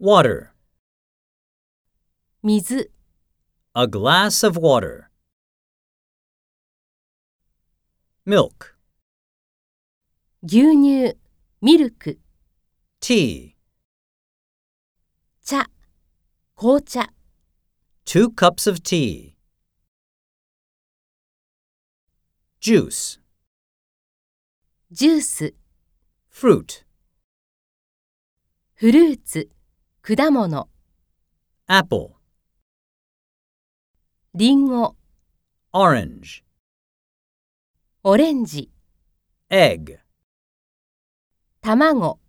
Water. 水、 A glass of water. Milk. 牛乳、ミルク、 Tea. 茶、紅茶、 Two cups of tea. Juice. ジュース、 Fruit. フルーツ、果物、 Apple. リンゴ、 Orange. オレンジ、 Egg. 卵、